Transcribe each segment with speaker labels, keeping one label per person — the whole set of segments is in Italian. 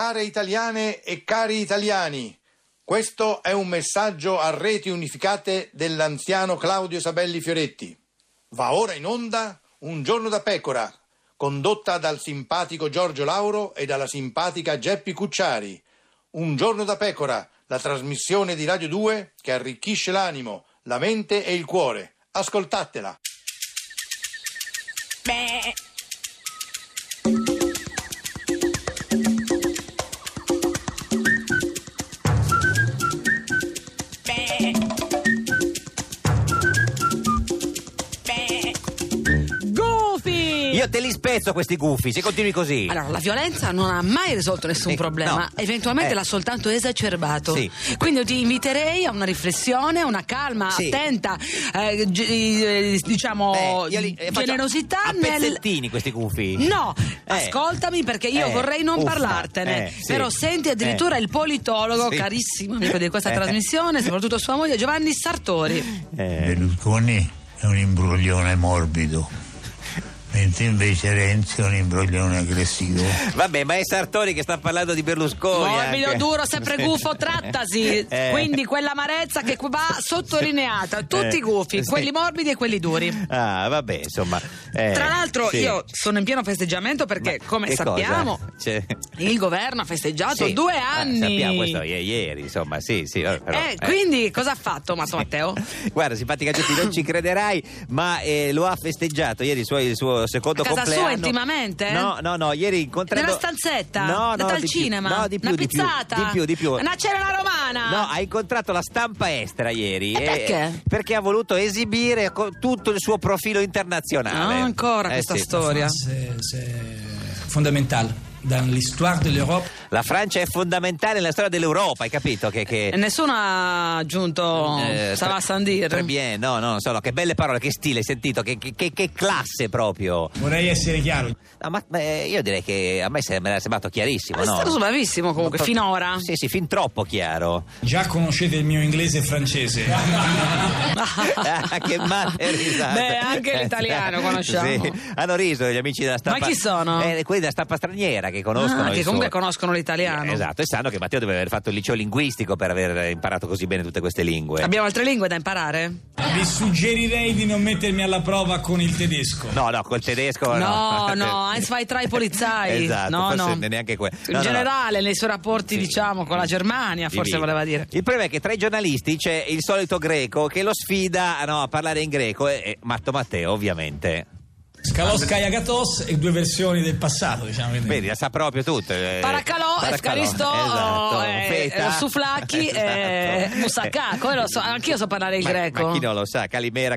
Speaker 1: Care italiane e cari italiani, questo è un messaggio a reti unificate dell'anziano Claudio Sabelli Fioretti. Va ora in onda Un giorno da pecora, condotta dal simpatico Giorgio Lauro e dalla simpatica Geppi Cucciari. Un giorno da pecora, la trasmissione di Radio 2 che arricchisce l'animo, la mente e il cuore. Ascoltatela.
Speaker 2: Gufi!
Speaker 3: Io te li spezzo questi gufi, se continui così.
Speaker 2: Allora, la violenza non ha mai risolto nessun
Speaker 3: Eh,
Speaker 2: problema,
Speaker 3: no.
Speaker 2: eventualmente
Speaker 3: Eh.
Speaker 2: l'ha soltanto esacerbato.
Speaker 3: Sì.
Speaker 2: Quindi io ti inviterei a una riflessione, a una calma,
Speaker 3: Sì.
Speaker 2: attenta, eh, gi- eh, diciamo,
Speaker 3: Eh, io li- eh, faccio
Speaker 2: generosità
Speaker 3: a
Speaker 2: nel-
Speaker 3: pezzettini questi gufi.
Speaker 2: No,
Speaker 3: Eh.
Speaker 2: ascoltami perché io
Speaker 3: Eh,
Speaker 2: vorrei non
Speaker 3: uffa,
Speaker 2: parlartene,
Speaker 3: eh, sì.
Speaker 2: però senti addirittura
Speaker 3: Eh.
Speaker 2: il politologo,
Speaker 3: Sì.
Speaker 2: carissimo amico di questa
Speaker 3: Eh.
Speaker 2: trasmissione, soprattutto sua moglie Giovanni Sartori.
Speaker 3: Eh,
Speaker 4: Berlusconi è un imbroglione morbido, mentre invece Renzi è un imbroglione aggressivo.
Speaker 3: Vabbè, ma è Sartori che sta parlando di Berlusconi.
Speaker 2: Morbido,
Speaker 3: anche.
Speaker 2: duro, sempre
Speaker 3: Sì.
Speaker 2: gufo, trattasi.
Speaker 3: Eh.
Speaker 2: Quindi quell'amarezza che va sottolineata. Tutti
Speaker 3: Eh,
Speaker 2: i gufi,
Speaker 3: sì.
Speaker 2: quelli morbidi e quelli duri.
Speaker 3: Ah, vabbè, insomma. eh,
Speaker 2: Tra l'altro
Speaker 3: sì.
Speaker 2: io sono in pieno festeggiamento perché,
Speaker 3: Ma
Speaker 2: come
Speaker 3: che
Speaker 2: sappiamo,
Speaker 3: cosa? Cioè-
Speaker 2: il governo ha festeggiato
Speaker 3: Sì.
Speaker 2: due
Speaker 3: Ah,
Speaker 2: anni.
Speaker 3: sappiamo questo i- ieri, insomma, sì, sì. eh, però,
Speaker 2: Eh,
Speaker 3: eh.
Speaker 2: quindi cosa ha fatto Matteo Matteo?
Speaker 3: Guarda, simpatica Giusti, non ci crederai, ma eh, lo ha festeggiato ieri il suo, il suo secondo
Speaker 2: A casa
Speaker 3: compleanno.
Speaker 2: sua, intimamente?
Speaker 3: No, no, no, ieri incontrando
Speaker 2: Nella stanzetta?
Speaker 3: No, no,
Speaker 2: Andata al
Speaker 3: di più.
Speaker 2: cinema?
Speaker 3: No, di più,
Speaker 2: Una
Speaker 3: di più,
Speaker 2: pizzata?
Speaker 3: di più, di più.
Speaker 2: Una cena romana?
Speaker 3: No, ah, ha incontrato la stampa estera ieri. eh,
Speaker 2: E perché?
Speaker 3: Perché ha voluto esibire co- tutto il suo profilo internazionale.
Speaker 2: Ah, ancora
Speaker 3: Eh,
Speaker 2: questa
Speaker 3: sì.
Speaker 2: storia.
Speaker 5: C'est c'est fondamental dans l'histoire de l'Europe.
Speaker 3: La Francia è fondamentale nella storia dell'Europa, hai capito? Che, che...
Speaker 2: E nessuno ha aggiunto
Speaker 3: Eh,
Speaker 2: Sava
Speaker 3: tre-
Speaker 2: Sandir.
Speaker 3: tre bien, no, no, non so, no, che belle parole, che stile, hai sentito, che, che- che- che classe proprio.
Speaker 5: Vorrei essere chiaro.
Speaker 3: No, ma, ma, eh, io direi che a me sembra, è sembrato chiarissimo,
Speaker 2: È
Speaker 3: no?
Speaker 2: stato bravissimo comunque,
Speaker 3: Ma-
Speaker 2: finora.
Speaker 3: Sì, sì, fin troppo chiaro.
Speaker 5: Già conoscete il mio inglese e francese.
Speaker 3: Ah, che matte risate.
Speaker 2: Beh, anche l'italiano conosciamo.
Speaker 3: Eh, Sì, hanno riso gli amici della stampa.
Speaker 2: Ma chi sono?
Speaker 3: Eh, quelli della stampa straniera che conoscono.
Speaker 2: Ah, che
Speaker 3: il
Speaker 2: comunque
Speaker 3: suo-
Speaker 2: conoscono l'italiano.
Speaker 3: Eh, Esatto, e sanno che Matteo deve aver fatto il liceo linguistico per aver imparato così bene tutte queste lingue.
Speaker 2: Abbiamo altre lingue da imparare?
Speaker 5: Vi suggerirei di non mettermi alla prova con il tedesco.
Speaker 3: No, no, col tedesco Oh, no.
Speaker 2: No, no, eh, eins, zwei, drei, Polizei.
Speaker 3: Esatto,
Speaker 2: No,
Speaker 3: forse
Speaker 2: no.
Speaker 3: ne- neanche quello.
Speaker 2: In generale, nei suoi rapporti, diciamo, con la Germania, forse voleva dire.
Speaker 3: Il problema è che tra i giornalisti c'è il solito greco che lo sfida no, a parlare in greco, e, e Matto Matteo ovviamente.
Speaker 5: Scalos Kayagatos e due versioni del passato, diciamo.
Speaker 3: Vedi, la sa proprio tutto. eh,
Speaker 2: Paracalò, Escaristo,
Speaker 3: esatto,
Speaker 2: eh,
Speaker 3: Feta. Esatto.
Speaker 2: eh, Souflaki, eh, Moussaka, quello lo so, anch'io so parlare il
Speaker 3: Ma-
Speaker 2: greco.
Speaker 3: Ma chi non lo sa, Calimera,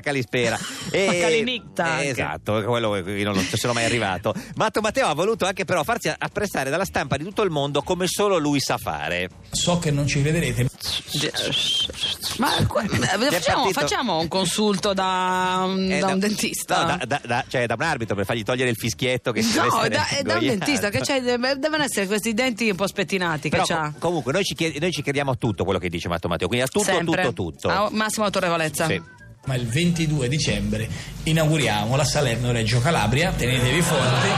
Speaker 3: Calispera.
Speaker 2: Ma Calimicta anche.
Speaker 3: Esatto, quello io non lo- ci sono mai arrivato. Matto Matteo ha voluto anche però farsi apprezzare dalla stampa di tutto il mondo come solo lui sa fare.
Speaker 5: So che non ci vedrete.
Speaker 2: Ma que- facciamo,
Speaker 3: partito-
Speaker 2: facciamo un consulto da, un-
Speaker 3: Eh,
Speaker 2: da
Speaker 3: no,
Speaker 2: un dentista.
Speaker 3: no, da- da- da- cioè da un arbitro per fargli togliere il fischietto che si deve
Speaker 2: No,
Speaker 3: essere
Speaker 2: è da, è da un
Speaker 3: ingoiato.
Speaker 2: dentista che c'è, devono essere questi denti un po' spettinati
Speaker 3: Però
Speaker 2: che c'ha.
Speaker 3: com- comunque noi ci, chied- noi ci crediamo a tutto quello che dice Matto Matteo, quindi a tutto,
Speaker 2: Sempre. Ah, oh,
Speaker 3: tutto, tutto.
Speaker 2: A massima autorevolezza.
Speaker 3: Sì.
Speaker 5: Ma il 22 dicembre inauguriamo la Salerno Reggio Calabria. Tenetevi forti.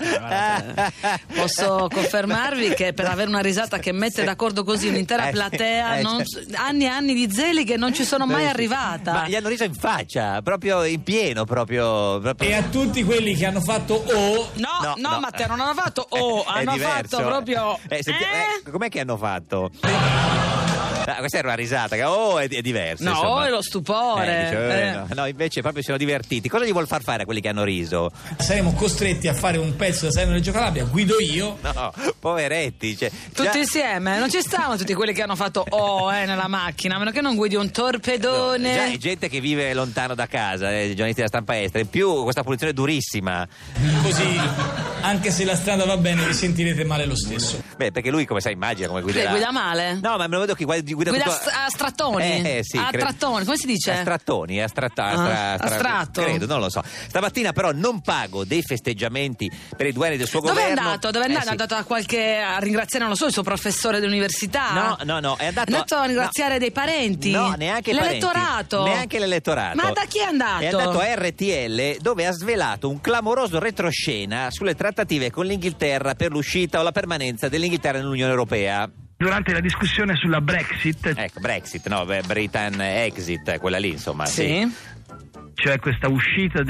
Speaker 2: Eh, Posso confermarvi che per avere una risata che mette
Speaker 3: Sì.
Speaker 2: d'accordo così un'intera
Speaker 3: Eh,
Speaker 2: platea,
Speaker 3: eh,
Speaker 2: non-
Speaker 3: certo. Eh,
Speaker 2: anni e anni di zeli che non ci sono mai arrivata.
Speaker 3: Ma gli hanno riso in faccia, proprio in pieno, proprio. proprio-
Speaker 5: E a tutti quelli che hanno fatto O.
Speaker 2: No, Oh, no, Matteo, non hanno fatto. Oh,
Speaker 3: Eh, è
Speaker 2: hanno
Speaker 3: diverso.
Speaker 2: fatto proprio.
Speaker 3: Eh, senti-
Speaker 2: eh?
Speaker 3: eh, com'è che hanno fatto? Ah, questa era una risata, che oh, è, è diverso.
Speaker 2: No, oh,
Speaker 3: insomma.
Speaker 2: è lo stupore.
Speaker 3: Eh, dice, eh,
Speaker 2: Eh.
Speaker 3: No. no, invece proprio si sono divertiti. Cosa gli vuol far fare a quelli che hanno riso?
Speaker 5: Saremo costretti a fare un pezzo da Salerno Reggio Calabria. Guido io.
Speaker 3: No, poveretti. cioè,
Speaker 2: Tutti
Speaker 3: già-
Speaker 2: insieme, non ci stavano tutti quelli che hanno fatto oh eh, nella macchina, a meno che non guidi un torpedone.
Speaker 3: Già è gente che vive lontano da casa, eh, i giornalisti della stampa estera, in più questa punizione è durissima.
Speaker 5: Così, anche se la strada va bene, vi sentirete male lo stesso.
Speaker 3: Beh, perché lui, come sai, immagina come guida.
Speaker 2: Lei Cioè, guida male?
Speaker 3: No, ma me lo vedo che guida, guida,
Speaker 2: Guida
Speaker 3: tutto-
Speaker 2: a- a strattoni?
Speaker 3: Eh, eh, sì,
Speaker 2: A
Speaker 3: cre-
Speaker 2: trattoni, come si dice?
Speaker 3: A strattoni, a stratta- a stra-
Speaker 2: Ah, a
Speaker 3: stra-
Speaker 2: stratto.
Speaker 3: Credo, non lo so. Stamattina però non pago dei festeggiamenti per i due anni del suo
Speaker 2: Dove è
Speaker 3: governo.
Speaker 2: andato? Dove è
Speaker 3: Eh,
Speaker 2: andato?
Speaker 3: sì.
Speaker 2: È andato a qualche a ringraziare, non lo so, il suo professore dell'università?
Speaker 3: No, no, no, è andato,
Speaker 2: a ringraziare
Speaker 3: no.
Speaker 2: dei parenti?
Speaker 3: No, neanche i parenti.
Speaker 2: L'elettorato?
Speaker 3: Neanche l'elettorato.
Speaker 2: Ma da chi è andato?
Speaker 3: È andato a RTL dove ha svelato un clamoroso retroscena sulle trattative con l'Inghilterra per l'uscita o la permanenza dell'Inghilterra nell'Unione Europea.
Speaker 6: Durante la discussione sulla Brexit,
Speaker 3: Ecco, Brexit, no, beh, Britain Exit, quella lì, insomma.
Speaker 2: Sì.
Speaker 6: cioè questa uscita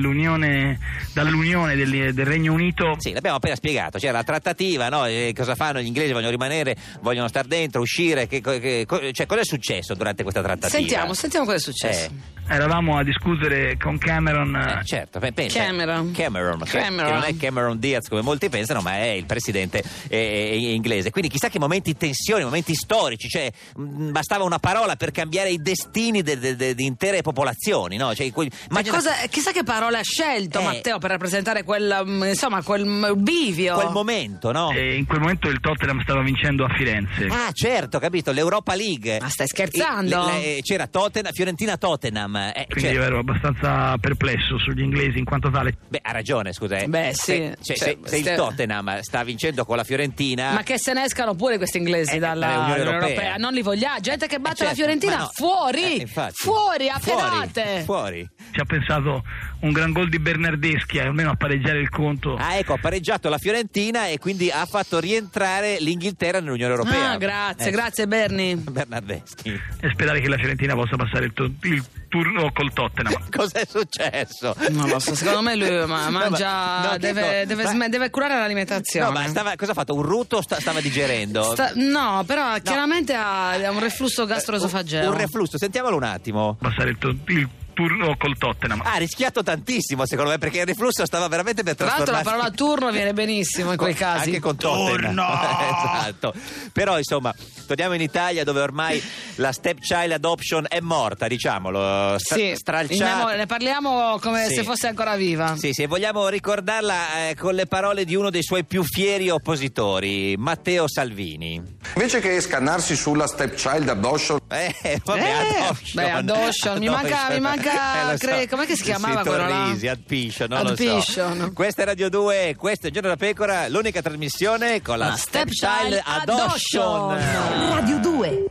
Speaker 6: dell'Unione, dall'Unione del, del Regno Unito,
Speaker 3: Sì, l'abbiamo appena spiegato, c'era la trattativa, no? Eh, cosa fanno gli inglesi? Vogliono rimanere, vogliono star dentro, uscire, che, co- che, co- cioè cosa è successo durante questa trattativa?
Speaker 2: Sentiamo, sentiamo cosa è successo.
Speaker 3: Eh,
Speaker 6: eravamo a discutere con Cameron
Speaker 3: eh, certo, pe- pensa,
Speaker 2: Cameron.
Speaker 3: Cameron, che-
Speaker 2: Cameron.
Speaker 3: Che, non è Cameron Diaz come molti pensano, ma è il presidente eh, eh, inglese. Quindi chissà che momenti di tensione, momenti storici, cioè mh, bastava una parola per cambiare i destini de- de- de- di intere popolazioni, no? Cioè, quei-
Speaker 2: Ma
Speaker 3: immagina-
Speaker 2: cosa, chissà che parole ha scelto
Speaker 3: Eh.
Speaker 2: Matteo per rappresentare quel, mm, insomma, quel mm, bivio.
Speaker 3: quel momento, no?
Speaker 6: e in quel momento il Tottenham stava vincendo a Firenze.
Speaker 3: Ah, certo, capito, l'Europa League.
Speaker 2: Ma stai scherzando?
Speaker 3: E- le- le- c'era Tottenham, Fiorentina Tottenham. Eh,
Speaker 6: Quindi
Speaker 3: cioè,
Speaker 6: io ero abbastanza perplesso sugli inglesi in quanto tale.
Speaker 3: beh, ha ragione, scusa. eh.
Speaker 2: Beh, sì.
Speaker 3: Se,
Speaker 2: Cioè,
Speaker 3: cioè, se- se
Speaker 2: ste-
Speaker 3: il Tottenham sta vincendo con la Fiorentina.
Speaker 2: Ma che se ne escano pure questi inglesi
Speaker 3: Eh,
Speaker 2: dalla
Speaker 3: dall'Unione
Speaker 2: dall'Unione Europea.
Speaker 3: Europea.
Speaker 2: non li vogliamo. Gente che batte
Speaker 3: Eh,
Speaker 2: la
Speaker 3: certo,
Speaker 2: Fiorentina
Speaker 3: ma no.
Speaker 2: fuori,
Speaker 3: Eh, infatti.
Speaker 2: fuori a
Speaker 3: Fuori,
Speaker 2: pedate.
Speaker 3: Fuori.
Speaker 6: Ci ha pensato un gran gol di Bernardeschi, almeno a pareggiare il conto.
Speaker 3: Ah, ecco, ha pareggiato la Fiorentina e quindi ha fatto rientrare l'Inghilterra nell'Unione Europea.
Speaker 2: Ah, grazie,
Speaker 3: Eh,
Speaker 2: grazie Berni.
Speaker 3: Bernardeschi.
Speaker 6: E sperare che la Fiorentina possa passare il, to- il turno col Tottenham.
Speaker 3: Cos'è successo?
Speaker 2: Non lo so, secondo me lui ma-
Speaker 3: No,
Speaker 2: mangia,
Speaker 3: no,
Speaker 2: deve,
Speaker 3: dico,
Speaker 2: deve
Speaker 3: ma-
Speaker 2: sm- deve curare l'alimentazione.
Speaker 3: No, ma stava, cosa ha fatto? Un ruto o sta- stava digerendo?
Speaker 2: Sta- no, però chiaramente ha ha un reflusso gastroesofageo.
Speaker 3: Eh, Un reflusso, sentiamolo un attimo.
Speaker 6: Passare il, to- il turno col Tottenham.
Speaker 3: Ha rischiato tantissimo, secondo me, perché il reflusso stava veramente per
Speaker 2: Tra l'altro la
Speaker 3: trasformarsi.
Speaker 2: parola turno viene benissimo in quei
Speaker 3: Con-
Speaker 2: casi.
Speaker 3: Anche con Tottenham. esatto. Però insomma, torniamo in Italia dove ormai la stepchild adoption è morta, diciamolo. Stra-
Speaker 2: sì,
Speaker 3: stralciata.
Speaker 2: in memo- ne parliamo come
Speaker 3: Sì.
Speaker 2: se fosse ancora viva.
Speaker 3: Sì, se vogliamo ricordarla eh, con le parole di uno dei suoi più fieri oppositori, Matteo Salvini.
Speaker 7: Invece che scannarsi sulla stepchild addosso,
Speaker 3: Eh, vabbè,
Speaker 2: Eh,
Speaker 3: adoption.
Speaker 2: beh, adoption. Mi manca- mi manca,
Speaker 3: lo
Speaker 2: cre- com'è che si chiamava quello là?
Speaker 3: Torrisi, adoption, non lo so.
Speaker 2: Adoption.
Speaker 3: Questa è Radio 2, questo è Giorno da Pecora, l'unica trasmissione con la
Speaker 2: Ma
Speaker 3: Stepchild
Speaker 2: Stepchild
Speaker 3: Adoption.
Speaker 2: Adoption.
Speaker 8: Radio 2